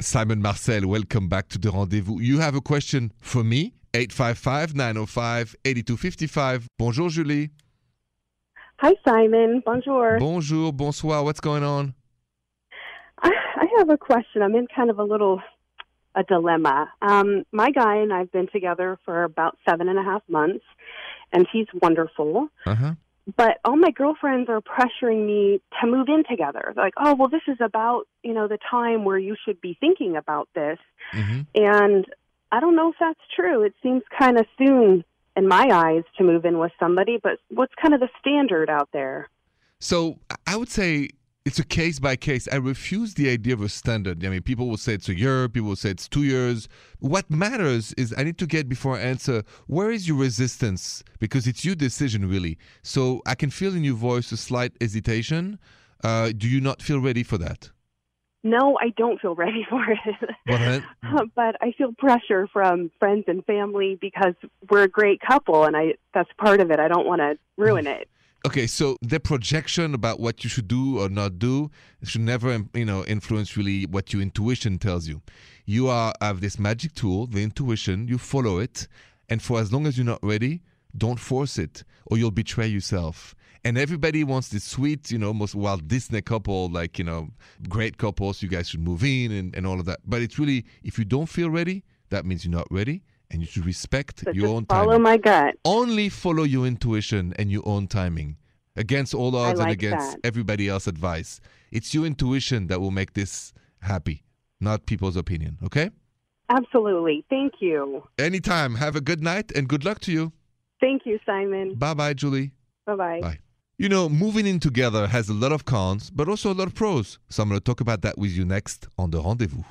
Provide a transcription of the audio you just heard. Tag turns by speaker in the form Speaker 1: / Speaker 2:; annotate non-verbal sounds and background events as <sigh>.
Speaker 1: Simon Marcel, welcome back to the rendezvous. You have a question for me? 855 905 8255. Bonjour, Julie.
Speaker 2: Hi, Simon. Bonjour.
Speaker 1: Bonjour, bonsoir. What's going on?
Speaker 2: I, I have a question. I'm in kind of a little a dilemma. Um, my guy and I've been together for about seven and a half months, and he's wonderful.
Speaker 1: Uh huh.
Speaker 2: But all my girlfriends are pressuring me to move in together. They're like, oh, well, this is about you know the time where you should be thinking about this,
Speaker 1: hmm
Speaker 2: and I don't know if that's true. It seems kind of soon in my eyes to move in with somebody, but what's kind of the standard out there?
Speaker 1: So I- I would say it's a case by case. I refuse the idea of a standard. I mean, people will say it's a year, people will say it's two years. What matters is I need to get before I answer where is your resistance? Because it's your decision, really. So I can feel in your voice a slight hesitation. Uh, do you not feel ready for that?
Speaker 2: No, I don't feel ready <laughs> for it.
Speaker 1: Well, then,
Speaker 2: <laughs> but I feel pressure from friends and family because we're a great couple, and I that's part of it. I don't want to ruin it.
Speaker 1: Okay, so the projection about what you should do or not do should never, um, you know, influence really what your intuition tells you. You are have this magic tool, the intuition. You follow it, and for as long as you're not ready, don't force it, or you'll betray yourself. And everybody wants this sweet, you know, almost Walt Disney couple, like you know, great couples. You guys should move in and, and all of that. But it's really, if you don't feel ready, that means you're not ready, and you should respect
Speaker 2: But
Speaker 1: your
Speaker 2: just
Speaker 1: own time
Speaker 2: follow my gut.
Speaker 1: only follow your intuition and your own timing against all odds and
Speaker 2: like
Speaker 1: against
Speaker 2: that.
Speaker 1: everybody else's advice. It's your intuition that will make this happy, not people's opinion. Okay?
Speaker 2: Absolutely. Thank you.
Speaker 1: Anytime. Have a good night and good luck to you.
Speaker 2: Thank you, Simon.
Speaker 1: Bye bye, Julie.
Speaker 2: Bye bye.
Speaker 1: Bye. You know, moving in together has a lot of cons, but also a lot of pros. So I'm going to talk about that with you next on The Rendezvous.